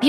美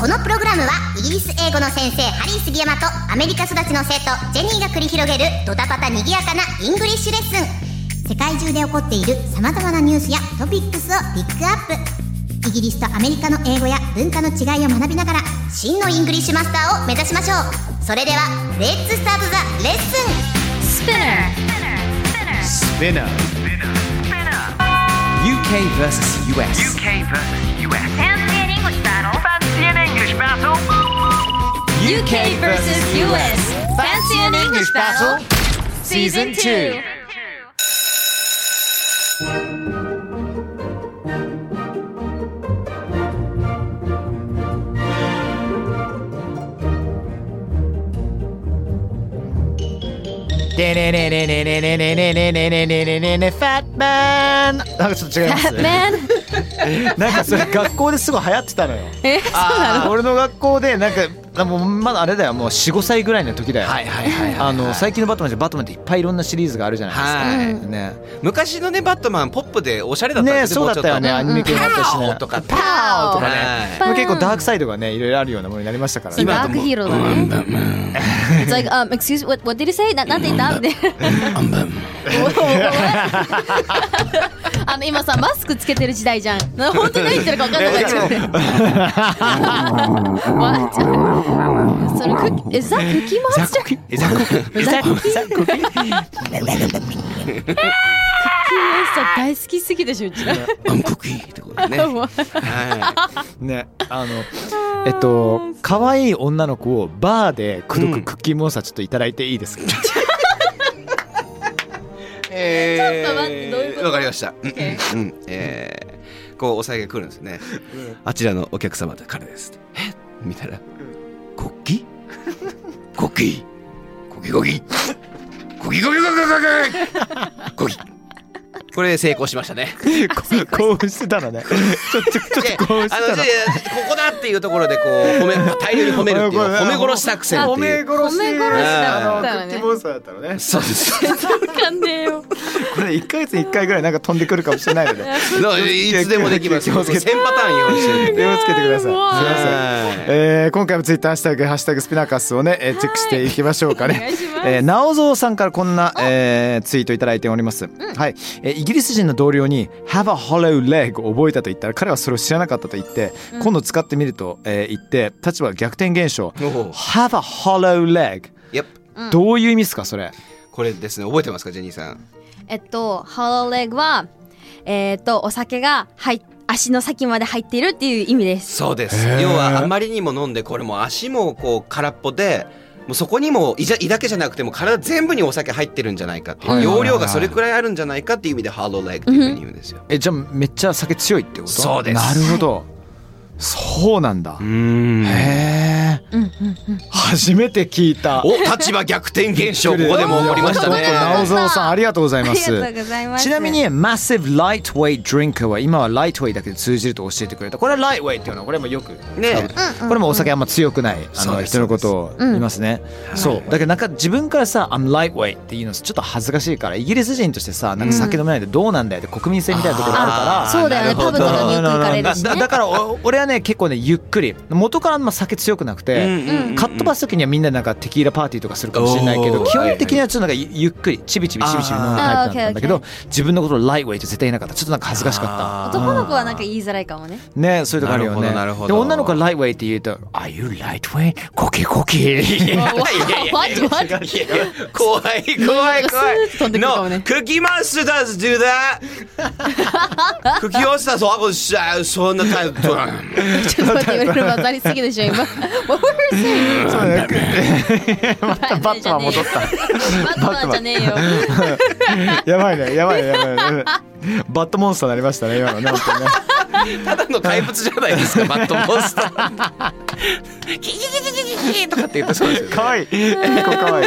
このプログラムはイギリス英語の先生ハリー杉山とアメリカ育ちの生徒ジェニーが繰り広げるドタパタにぎやかなイングリッシュレッスン世界中で起こっている様々なニュースやトピックスをピックアップイギリスとアメリカの英語や文化の違いを学びながら真のイングリッシュマスターを目指しましょうそれではレッツスタートザレッスン Spinner. UK versus US. UK versus US. Fancy an English battle. Fancy an English battle. UK versus US. Fancy an English battle? Season 2. ファットマンなんかちょっと違います Man なんかそれ学校ですごい流行ってたのよえそうなの俺の学校でなんかもうまだあれだよもう45歳ぐらいの時だよはいはいはいはいはいあの最近のバットマンってバットマンっていっぱいいろんなシリーズがあるじゃないですか、ね昔のねバットマンポップでおしゃれだったんねですそうだったよねもアうニメちょっ系もあったしねパオとかパオとかねはいでも結構ダークサイドがねいろいろあるようなものになりましたからね今ダークヒーローだね It's like um excuse me, what what did you say ななんて言ったみたいなあの今さマスクつけてる時代じゃんな本当に何言ってるか分かんなくなっちゃって笑っちゃうそれクッキーえザクッキーマウスじゃんクッえザコキザコキザコキキーマウスさん大好きすぎでしょうちらバンコクイーンってことねもうはねあのえっと可愛い女の子をバーで口説うくんクッキーモンスターちょっといただいていいですか、いえちょっと待ってどういうこーとわかりましたうんうんうんえーこうお酒が来るんですねあちらのお客様と彼ですえ見たら国旗国旗国旗国旗国旗国旗国旗国旗これ成功しましたね こ興奮してたのねちょちょちょっと興奮あのしてたじゃあのここだっていうところでこう褒め大量に褒め るっていう褒め殺し作戦っていう殺褒しめしだあのったクのねッキーモンスターだったのねそうですわかんねえよこれ一ヶ月に一回ぐらいなんか飛んでくるかもしれないのでの いつでもできます。気千をつけてパターン用意してるんで。手をつけてくださいすいもまうせんはいえー今回もツイッターハッシュタグ、ハッシュタグスピナカスをね、えーチェックしていきましょうかお願ねいしま。すえー、なおぞうさんからこんな、えーツイートいただいております。はい、えーイギリス人の同僚に、have a hollow leg を覚えたと言ったら、彼はそれを知らなかったと言って、今度使ってみると、えー言って、立場逆転現象、おう have a hollow leg。やっぱどういう意味ですか、それ。これですね覚えてますかジェニーさん。えっと、ハローレグは、えっと、お酒が入っ足の先まで入っているっていう意味です。そうです。要はあまりにも飲んでこれもう足もこう空っぽで。もうそこにも胃じゃ胃だけじゃなくても体全部にお酒入ってるんじゃないかっていう容量がそれくらいあるんじゃないかっていう意味でハードレッグっていうふうに言うんですよ。え、じゃあめっちゃ酒強いってことそうですなるほど。そうなんだ。うんへえ、初めて聞いた。お立場逆転現象ここでも起こりましたちょっと直ね。蔵さんありがとうございあまりがとすう。ございます。ちなみ、に Massive Lightweight Drinker は今は Lightweight だけで通じると教えてくれたこれは Lightweight っていうのはこれもよくねこれもお酒あんま強くないあそうのです人のことを言いますねそうだけどなんか自分からさ「I'm lightweight」っていうのちょっと恥ずかしいからイギリス人としてさなんか酒飲めないでどうなんだよって国民性みたいなところああるそうだよね、なるパほブどとかによく行かれからるしだね。だからお俺はね結構ねゆっくり元からあんま酒強くなくて、かっ飛ばす時にはみんななんかテキーラパーティーとかするかもしれないけおどー基本的にはちょっとなんかゆゆっくりちびちびちびちび飲むタイプなんだけあーあーオッど自分のことをライトウェイと絶対言えなかったちょっとなんか恥ずかしかっ男の子はなんか言いづらいかもね。たねそういうとこあるよねなるほどなるほどで女の子はライトウェイって言うと「Are you lightweight? コキコキ」 What? What? いやいや怖い怖い怖いなんかスーッと飛んでくるかもね No, Cookie Monster does do that! Cookie Monster does しゃうそんなタイプとはちょっと待って、いろいろ混ざりすぎでし ょ、今。What were you saying? そうだね またバットマン戻っバットマンじゃねえよ。たやばいねやばいねやばいねバットモンスターになりましたね今のね本当にねただの怪物じゃないですか、マットモンスター。キキキキキキキとかって言ってそうですよ、ね。可愛い結構可愛い可愛い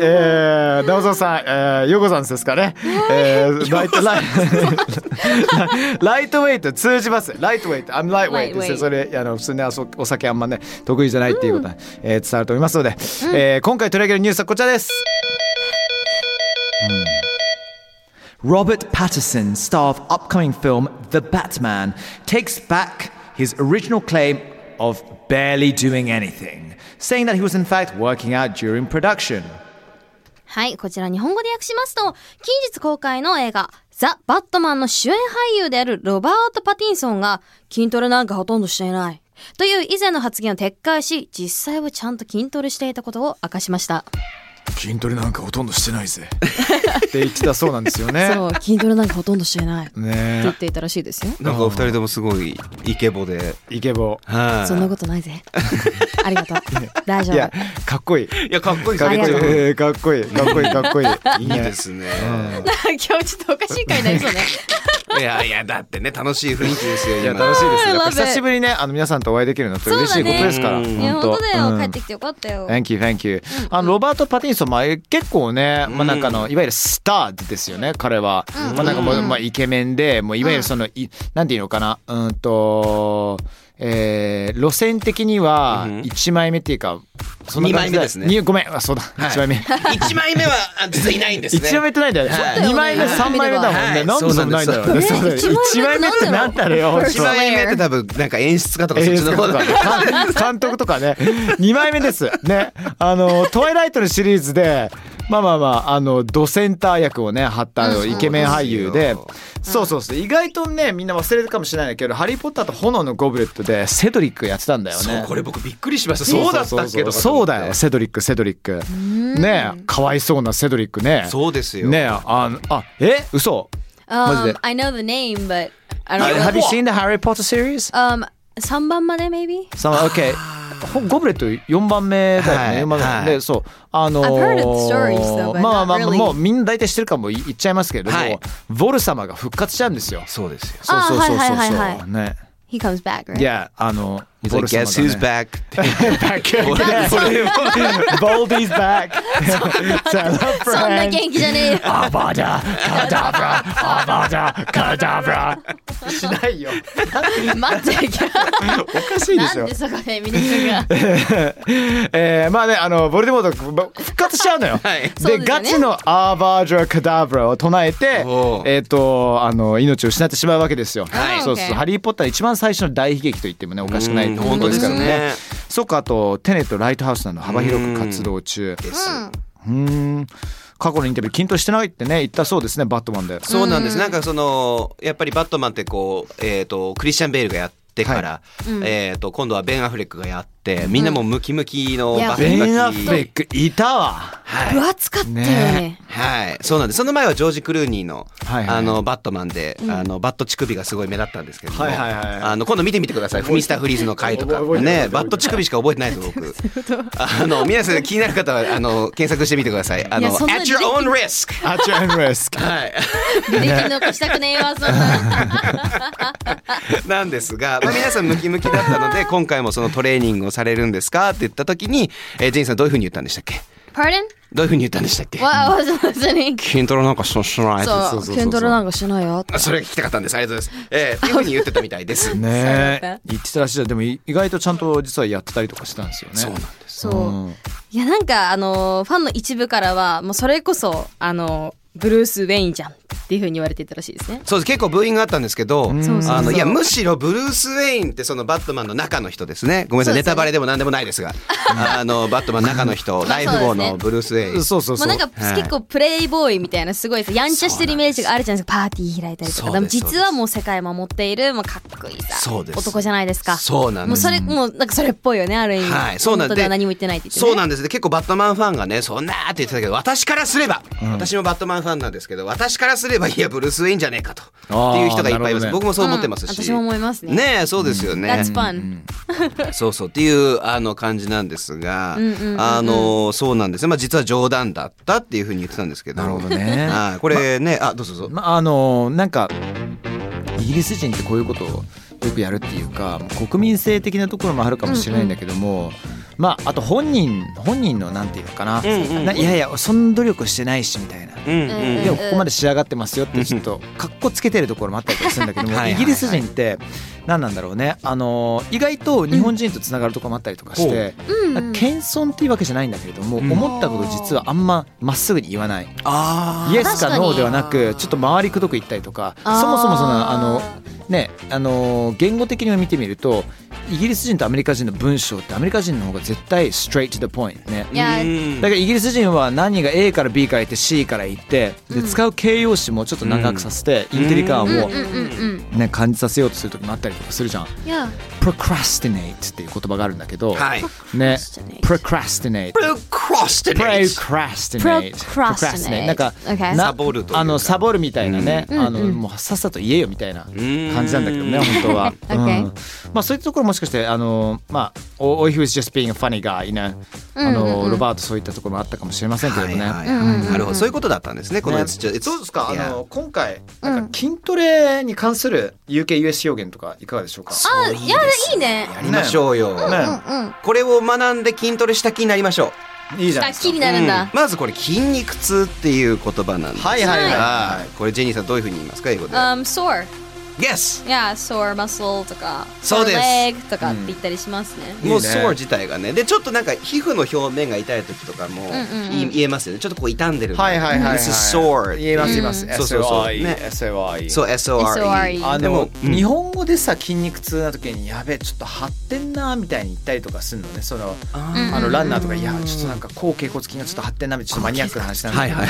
えー、ダオゾウさん、えー、ヨコさんですかね。えー、ライトライト ライトウェイト通じます。ライトウェイト、I'm lightweight って Lightweight それあの普通にあそお酒あんまね得意じゃないっていうことが、えー伝わると思いますので、えー、今回取り上げるニュースはこちらです。Robert Patterson, star of upcoming film The Batman, takes back his original claim of barely doing anything, saying that he was in fact working out during production. はい、こちら日本語で訳しますと、近日公開の映画、ザ・バットマンの主演俳優であるロバート・パティンソンが、筋トレなんかほとんどしていない。という以前の発言を撤回し、実際はちゃんと筋トレしていたことを明かしました。筋トレ なんかほとんどしてない ぜ。って言ってたそうなんですよね。そう、筋トレなんかほとんどしていない。ってね言っていたらしいですよ。なんかお二人ともすごいイケボで。イケボ。はいそんなことな いぜ。ありがとう。大丈いや夫。、かっこいい。いや、かっこいいかっこいいありがとうえー、かっこいい、かっこいい、かっこい い。いいですね。今日ちょっとおかしい回になりそ うね。いやいや、だってね、楽しい雰囲気ですよ。いや、今楽しいですね。やっ I love ぱ it 久しぶりにね、あの皆さんとお会いできるのって嬉しいことですから。そうだねいや、ほん本と当だうよ。ん帰ってきてよかったよ。 Thank you, thank you. あのロバート・パティンソン、まあ、結構ね、まあ、なんかあのいわゆるスターですよね彼は、まあ、なんかもう、まあ、イケメンでもういわゆるその、いなんていうのかなうんと、えー、路線的にはうん1枚目っていうか、そんな感じ二枚目ですねにごめんあそうだ、い1枚目一枚目はあ実はいないんですね。 1枚目ってないんだよね、はい2枚目3枚目だもんね、はいなんでそんなないんだろうねそうなんですそうだよ一ね枚目ってなんだろうよ本一当枚目って多分なんか演出家とかそっ映ちの画方とだかねかん監 督とかね2枚目ですねあの「トワイライト」のシリーズでまあまあまああのドセンター役をね張ったあのイケメン俳優でそうでそうそうそう意外とねみんな忘れるかもしれないんだけど「ハリー・ポッターと炎のゴブレット」でセドリックやってたんだよねそうこれ僕びっくりしました。そうだったっけとかと思って。そうだよセドリックセドリックねえかわいそうなセドリックねそうですよ。ねえあのあえ嘘 Um, マジで I know the name, but I don't know. Have you seen the Harry Potter series? Um, 3番まで maybe? その OK ほゴブレット4番目だよね、はい四番目はいでそうあのー I've heard the stories, though, but まあまあまあ not really. もうみんな大体知ってるかも言っちゃいますけれども、はいボル様が復活しちゃうんですよそうですよ。そうそうそうそうそう、あはいはいはいはね He comes back, right? いやあのボル He's like, 様 guess who's が、ね、 back? back Boldy's back そんな元気じゃね えよ。アバダカダブラアバダカダブラしないよ待って、おかしいでなしんょでそこで皆さんが。 えー、まあねあのボルデモートば復活しちゃうのよ。 はいそうでですよガねチのアーバージョラカダブラを唱えておうえっ、とあの命を失ってしまうわけですよ。はいそうそう Okay ハリー・ポッターの一番最初の大悲劇と言ってもねおかしくないうん本当ですからね。本当ですねそうかあとテネットライトハウスなど幅広く活動中。うーん過去のインタビュー均等してないってね言ったそうですねバットマンで。そうなんです。なんかそのやっぱりバットマンってこうえっ、とクリスチャンベールがやってから、えっ、と今度はベンアフレックがやってみんなもうムキムキのいやバキバキ。ベン・アフレックいたわ。はい。分厚かったよねね。はい、そうなんです。その前はジョージ・クルーニーの、はいはいあの、バットマンで、あの、バット乳首がすごい目立ったんですけども、はいはいはいあの、今度見てみてください。フミスター・フリーズの回とか覚え。てないね、バット乳首しか覚えてないです、僕。あの、皆さん気になる方は、あの、検索してみてください。あいの、やそんな at your own risk! アチュアン・レスク。はい。 履歴残したくねえわ、そんな。なんですが、まあ、皆さんムキムキだったので、今回もそのトレーニングをされるんですかって言った時に、えージェインさんどういうふうに言ったんでしたっけ Pardon? どういうふうに言ったんでしたっけ What I was listening. 筋トレなんかししないですそう、筋トレなんかしないよ。それが聞きたかったんです。ありがとうございます。えー、っていうふうに言ってたみたいです。ねそうだえ言ってたらしいじゃんでも意外とちゃんと実はやってたりとかしてたんですよね。そうなんですそう。いや、なんか、あの、ファンの一部からは、もうそれこそ、あの、ブルース・ウェインじゃんっていうふうに言われていたらしいですね。そうです結構ブーイングあったんですけど、そうそうあのいやむしろブルース・ウェインってそのバットマンの中の人ですねごめんなさい、そうネですねタバレでも何でもないです があのバットマンの中の人まラあイフ号そうのですねブルース・ウェインそうそうもそうう。なんかはい結構プレイボーイみたいなすごいさやんちゃしてるイメージがあるじゃないですかパーティー開いたりとそかうでもです実はもう世界守っているもうかっこいいさそうです男じゃないですかそうなんですもうそれもうなんかそれっぽいよねある意味はい、そうなん本当ででは何も言ってないって言ってねそうなんですで結構バットマンファンがねそんなーって言ってたけど私からすれば、私もバットマンファンなんですけど私からすればいやブルース・ウェインじゃねえかとあーっていう人がいっぱいいます、なるほどね僕もそう思ってますし、うん私も思いますねねえそうですよね、 That's fun そうそうっていうあの感じなんですが、あのそうなんですね。まあ実は冗談だったっていうふうに言ってたんですけど。なるほどねはいこれね、あどうぞどうぞ。まああのなんかイギリス人ってこういうことをよくやるっていうか国民性的なところもあるかもしれないんだけども、まああと本人本人のなんていうのかな,、うんうんないやいやそんな努力してないしみたいな。うんうんでもここまで仕上がってますよってちょっとかっこつけてるところもあったりとかするんだけどもはいはいはいイギリス人って何なんだろうねあの意外と日本人とつながるところもあったりとかして、うんうん謙遜っていうわけじゃないんだけれども、うん思ったこと実はあんままっすぐに言わないあイーエス確かかにノーではなくちょっと周りくどく言ったりとかそあーもそもそのあのねあの言語的に見てみるとイギリス人とアメリカ人の文章ってアメリカ人の方が絶対 straight to the point ね。いやうんだからイギリス人は何が A から B から行って C から行ってでうん使う形容詞もちょっと長くさせてインテリ感をうんうんねうん感じさせようとする時もあったりとかするじゃんうんいや procrastinate っていう言葉があるんだけどはいね procrastinate Procrastinate プロクロステネイ procrastinate procrastinate なんか Okay なサボるというかあのサボるみたいなねんあのうんもうさっさと言えよみたいなーん感じなんだけどね本当は Okay うんまあそういったところもしかしてあのまあ or he was just being a funny guy you know あうんうんうのんロバートそういったところもあったかもしれませんけれどねはいはいはいなるほどそういうことだったんですねこのねやつじゃそうですか。あの今回うんなんか筋トレに関する UKUS 表現とかいかがでしょうか。あいやいいねやりましょうよねうんうんこれを学んで筋トレした気になりましょういいじゃないあです気にか。なるんだうんまずこれ筋肉痛っていう言葉なんですはいはいはいがこれジェニーさんどういうふうに言いますか英語で Um, sore. Yes Yeah, sore muscle とか、そうです sore leg とかって言ったりしますね。もういいねソー自体がねでちょっとなんか皮膚の表面が痛い時とかもんうんい言えますよねちょっとこう傷んでるはいはいはいは This い。is sore 言います言います。うんそうそうそう SOI ね SOI。そう SORE SORE あでのもうん日本語でさ筋肉痛な時にやべえちょっと張ってんなみたいに言ったりとかするのねそのあうんあのランナーとかいやちょっとなんか後頸骨筋がちょっと張ってんなみたいなちょっとマニアックな話なんだけども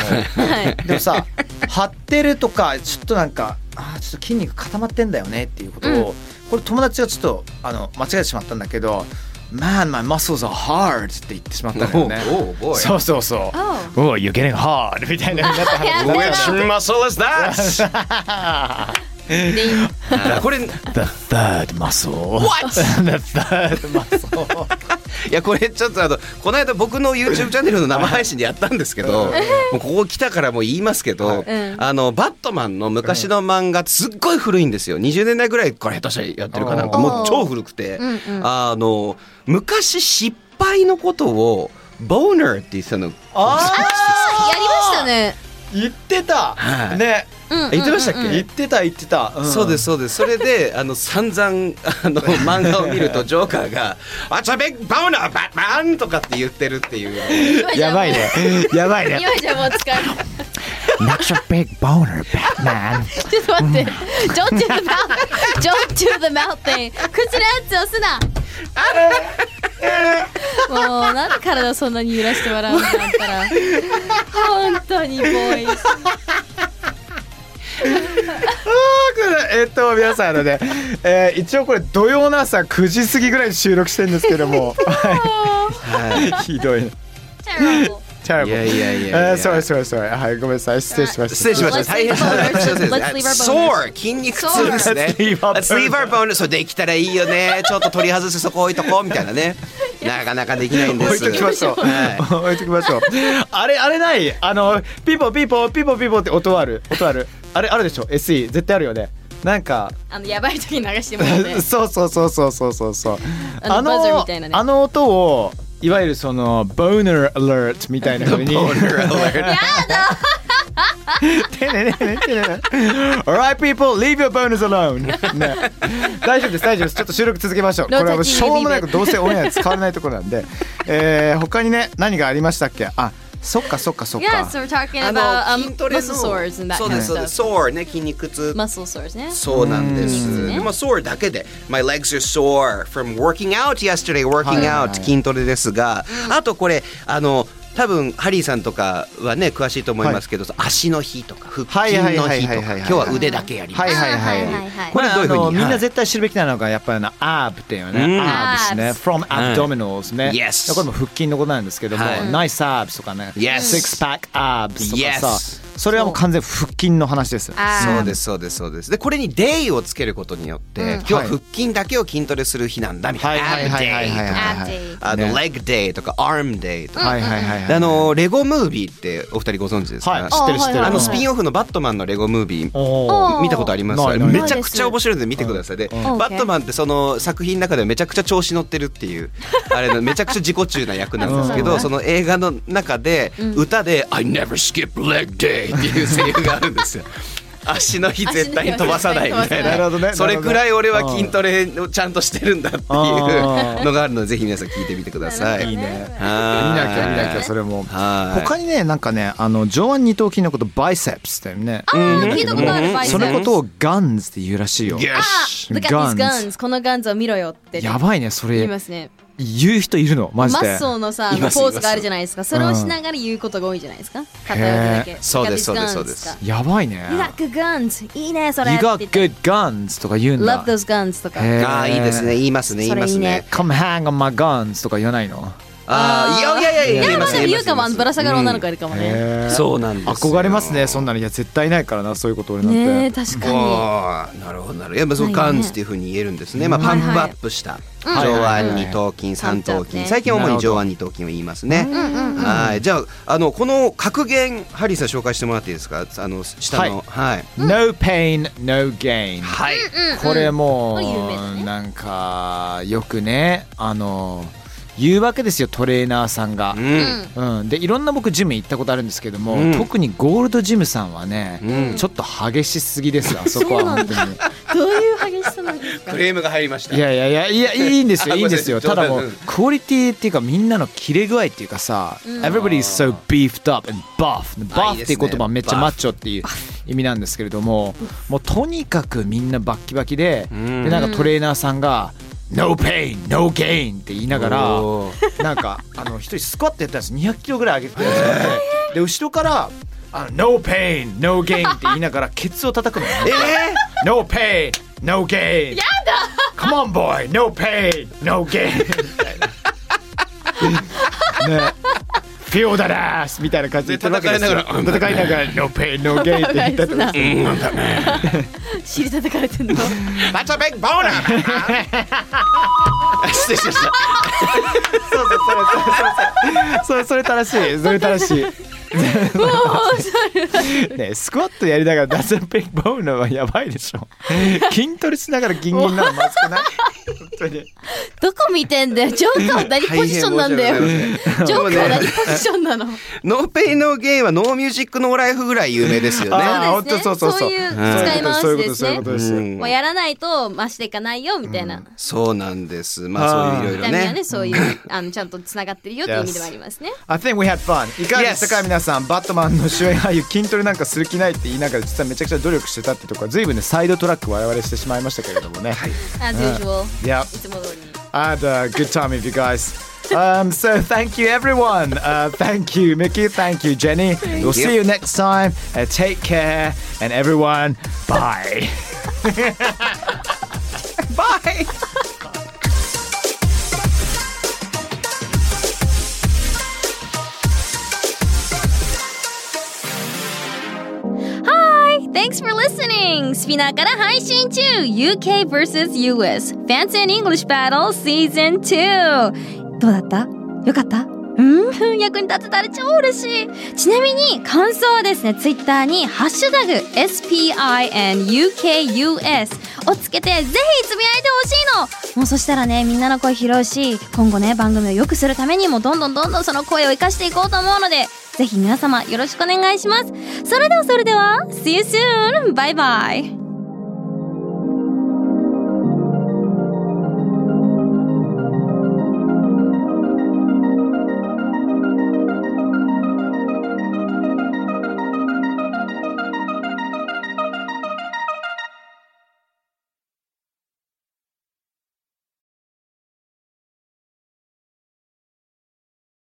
はいはいはい はい。 でもさ張ってるとかちょっとなんかあーちょっと筋肉固まってんだよねっていうことを、これ友達がちょっとあの間違えてしまったんだけど「Man my muscles are hard」って言ってしまったのよね。おうおうおうそうそうそう Oh. 「Oh you're getting hard」みたい なになった話 Which muscle is that? これい The third muscle What? The third muscle やこれちょっとあのこの間僕の YouTube チャンネルの生配信でやったんですけどもうここ来たからもう言いますけどうんあのバットマンの昔の漫画すっごい古いんですよ20年代ぐらいから下手したらやってるかなおーもう超古くてうんうん。あの昔失敗のことをボーナーって言ってたのやりましたね。言ってた、はいねうんうんうん言ってましたっ言ってた言ってた、んそうですそうですそれであの散々あ の漫画を見るとジョーカーが「What's a big boner, Batman!」とかって言ってるっていう 今じゃやばいね。やばいね今じゃもう使える。 That's a big boner Batman ちょっと待って。Don't do the mouth. Don't do the mouth thing. 口のやつ押すな。もうなんで体をそんなに揺らして笑うのあんたら。本当にボーイ。あーこれえっと皆さんあのね、えー一応これ土曜の朝9時過ぎぐらいに収録してるんですけど も はいひどいね Terrible. チャラいやいやいやいえやー、そうそうそうはいごめんなさい失礼しました失礼しました大変失礼しました Let's leave our bonus. ソー筋肉痛ですね Let's leave our Let's bonus. leave our bonus そうできたらいいよねちょっと取り外してそこ置いとこうみたいな ねなかなかできないんです置いときましょう、はい置いときましょう あれあれないあのピポピポピポピポって音ある音あるあれあるでしょ SE 絶対あるよねなんか。あのやばい時に流してもらう ねそうそうそうそうそうそうそうあのバザーみたいなねあの音をいわゆるそのボーナーアラートみたいな風に Boner alert てねねねねてねね Alright people leave your bonus alone ね大丈夫です大丈夫ですちょっと収録続けましょうこ No れはもう touching, しょうもなくどうせオンエア使われないところなんでえー他にね何がありましたっけあそっかそっかそっか Yes, we're talking about あ um, の筋トレの muscle sores and that そう kind で of すそうです stuff. ソーね筋肉痛 Muscle sores ね。そうなんでうんす。でも sore だけで、my legs are sore from working out yesterday, working out 筋トレですが、あとこれあの多分ハリーさんとかはね詳しいと思いますけど、足の日とか腹筋のはい日はといはいはか、いはいは今い日は腕だけやります。はいはいはいあーはいはいこれこあれどういうふのうにみんはない絶対知るべきなのがやっぱりあのアーブっていうね、うんアーブですね from はい abdominals ね、 Yes これも腹筋のことなんですけども、はいナイスアーブとかね、 Yes シックスパックアーブとかさ Yes それはもう完全腹筋の話ですあーそうですそうですそうですでこれに「デイ」をつけることによって、うん今日ははい腹筋だけを筋トレする日なんだみたいなはいはいはいはいはいはいあデイ「あのね leg day」とか「arm day」とか、はいはいはいはいであのレゴムービーってお二人ご存知ですか、はい知あってる知ってあるあのスーピンオフのバットマンのレゴムービーおーおー見たことありますないないめちゃくちゃ面白いので見てくださいで、うんうんバットマンってその作品の中でめちゃくちゃ調子乗ってるっていう あれのめちゃくちゃ自己中な役なんですけど、うんその映画の中で歌で「I never skip leg day」っていうセリフがあるん ですよ。足の日絶対飛ばさないみたいななるほどねそれくらい俺は筋トレをちゃんとしてるんだっていうあーのがあるのでぜひ皆さん聞いてみてください。いいね見はーいなきゃ見なきゃそれもはい他にねなんかねあの上腕二頭筋のことバイセプスだよねあ聞いたことあるバイセそンのことをガンズって言うらしいよよし Look at these Guns guns このガンズを見ろよってやばいねそ言いれますね言う人いるのマジマでッソーのさあのいますポーズがあるじゃないですかそれをしながら言うことが多いじゃないですか片手だへけそうです Look at these そうですそう guns とかやばいね You got good guns いいねそれ You って got 言って good guns とか言うん Love だ those guns とかへーああいいですね言いますね言いますそれいいねね。 Come hang on my guns とか言わないのああいやいやいやい言やいままあすでも言い優ます香はぶら下がる女の子うがんいるかもねへーそうなんですよ憧れますねそんなのいや絶対いないからなそういうこと俺なんてねえ確かにあーなるほどなるほどやっぱそうないよねガンズっていうふうに言えるんですね、まあ、パンプアップした、はいはい上腕二頭筋三頭パンプアップ筋、ね最近主に上腕二頭筋を言いますね、うんうんうんはいじゃああのこの格言ハリーさん紹介してもらっていいですかあの下のはい、 No pain, no gain はいこれもこれ有名だうねなんかよくねあの言うわけですよトレーナーさんがう。うんんうん、でいろんな僕ジム行ったことあるんですけども、うん特にゴールドジムさんはね、うんちょっと激しすぎですあそこは本当にどういう激しさなんですかクレームが入りました いやいやいやいやいいんですよあいいんですよごめたんなさだい冗もう談クオリティっていうかみんなの切れ具合っていうかさ、Everybody is so beefed up and buff あいい buff っですてねいう言葉はめっちゃ buff マッチョっていう意味なんですけれどももうとにかくみんなバッキバキで,、んでなんかトレーナーさんが「No pain no gain」って言いながらおなんかあの一人スクワットやったんです200キロぐらい上げてたんですよで後ろからあの「No pain no gain」って言いながらケツを叩くのよええ No pain, no gain. やだ !Come on, boy! No pain, no gain! みたいな。ね。Feel that ass! みたいな感じで言ってるわけですよ戦いなが戦いながら、No pain, no gain! って言ったりとかして尻叩かれてんの That's a big boner! 失礼しましたそうそうそうそうそうそれ、それ正しい。それ正 しい。ねスクワットやりながら、ダズンペイボーナーはやばいでし ょ。筋トレしながらギンギンなのまずくない本当に。どこ見てんだよジョーカーは何ポジションなんだよ大ジ変申し訳ございませんョーカーは何ポジションなのノーペイノーゲイはノーミュージックノーライフぐらい有名ですよね。 あー本当そうそうそうそういう使い回そういしうこでとすそういうねことです。うんもうやらないと増していかないよみたいな、そうなんです。まあそういういろい痛ろみはねね。そういうあのちゃんとつながってるよっていう意味ではありますね I think we had fun いかがでしたか Yes. 皆さんバットマンの主演俳優筋トレなんかする気ないって言いながら実はめちゃくちゃ努力してたってとこは随分ねサイドトラック我々してしまいましたけれどもね、 as usual Yeah いつも通りに and a good time if you guys um, so thank you everyone uh, thank you Mickey thank you Jenny we'll see you next time uh, take care and everyone bye bye はい Thanks for listening! スピナーから配信中 !UK vs.US Fancy and English Battle Season 2! どうだったよかったうん役に立てたら超嬉しいちなみに感想はですね、Twitter にハッシュタグ SPINUKUS をつけてぜひつぶやいてほしいのもうそしたらね、みんなの声拾うし、今後ね、番組を良くするためにもどんどんどんどんその声を生かしていこうと思うので、ぜひ皆様よろしくお願いします。それではそれでは、See you soon! バイバイ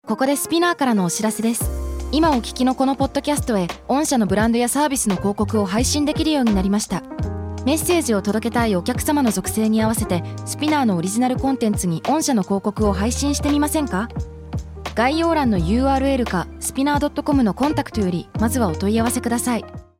ここでスピナーからのお知らせです今お聞きのこのポッドキャストへ御社のブランドやサービスの広告を配信できるようになりましたメッセージを届けたいお客様の属性に合わせてスピナーのオリジナルコンテンツに御社の広告を配信してみませんか概要欄の URL かスピナー .com のコンタクトよりまずはお問い合わせください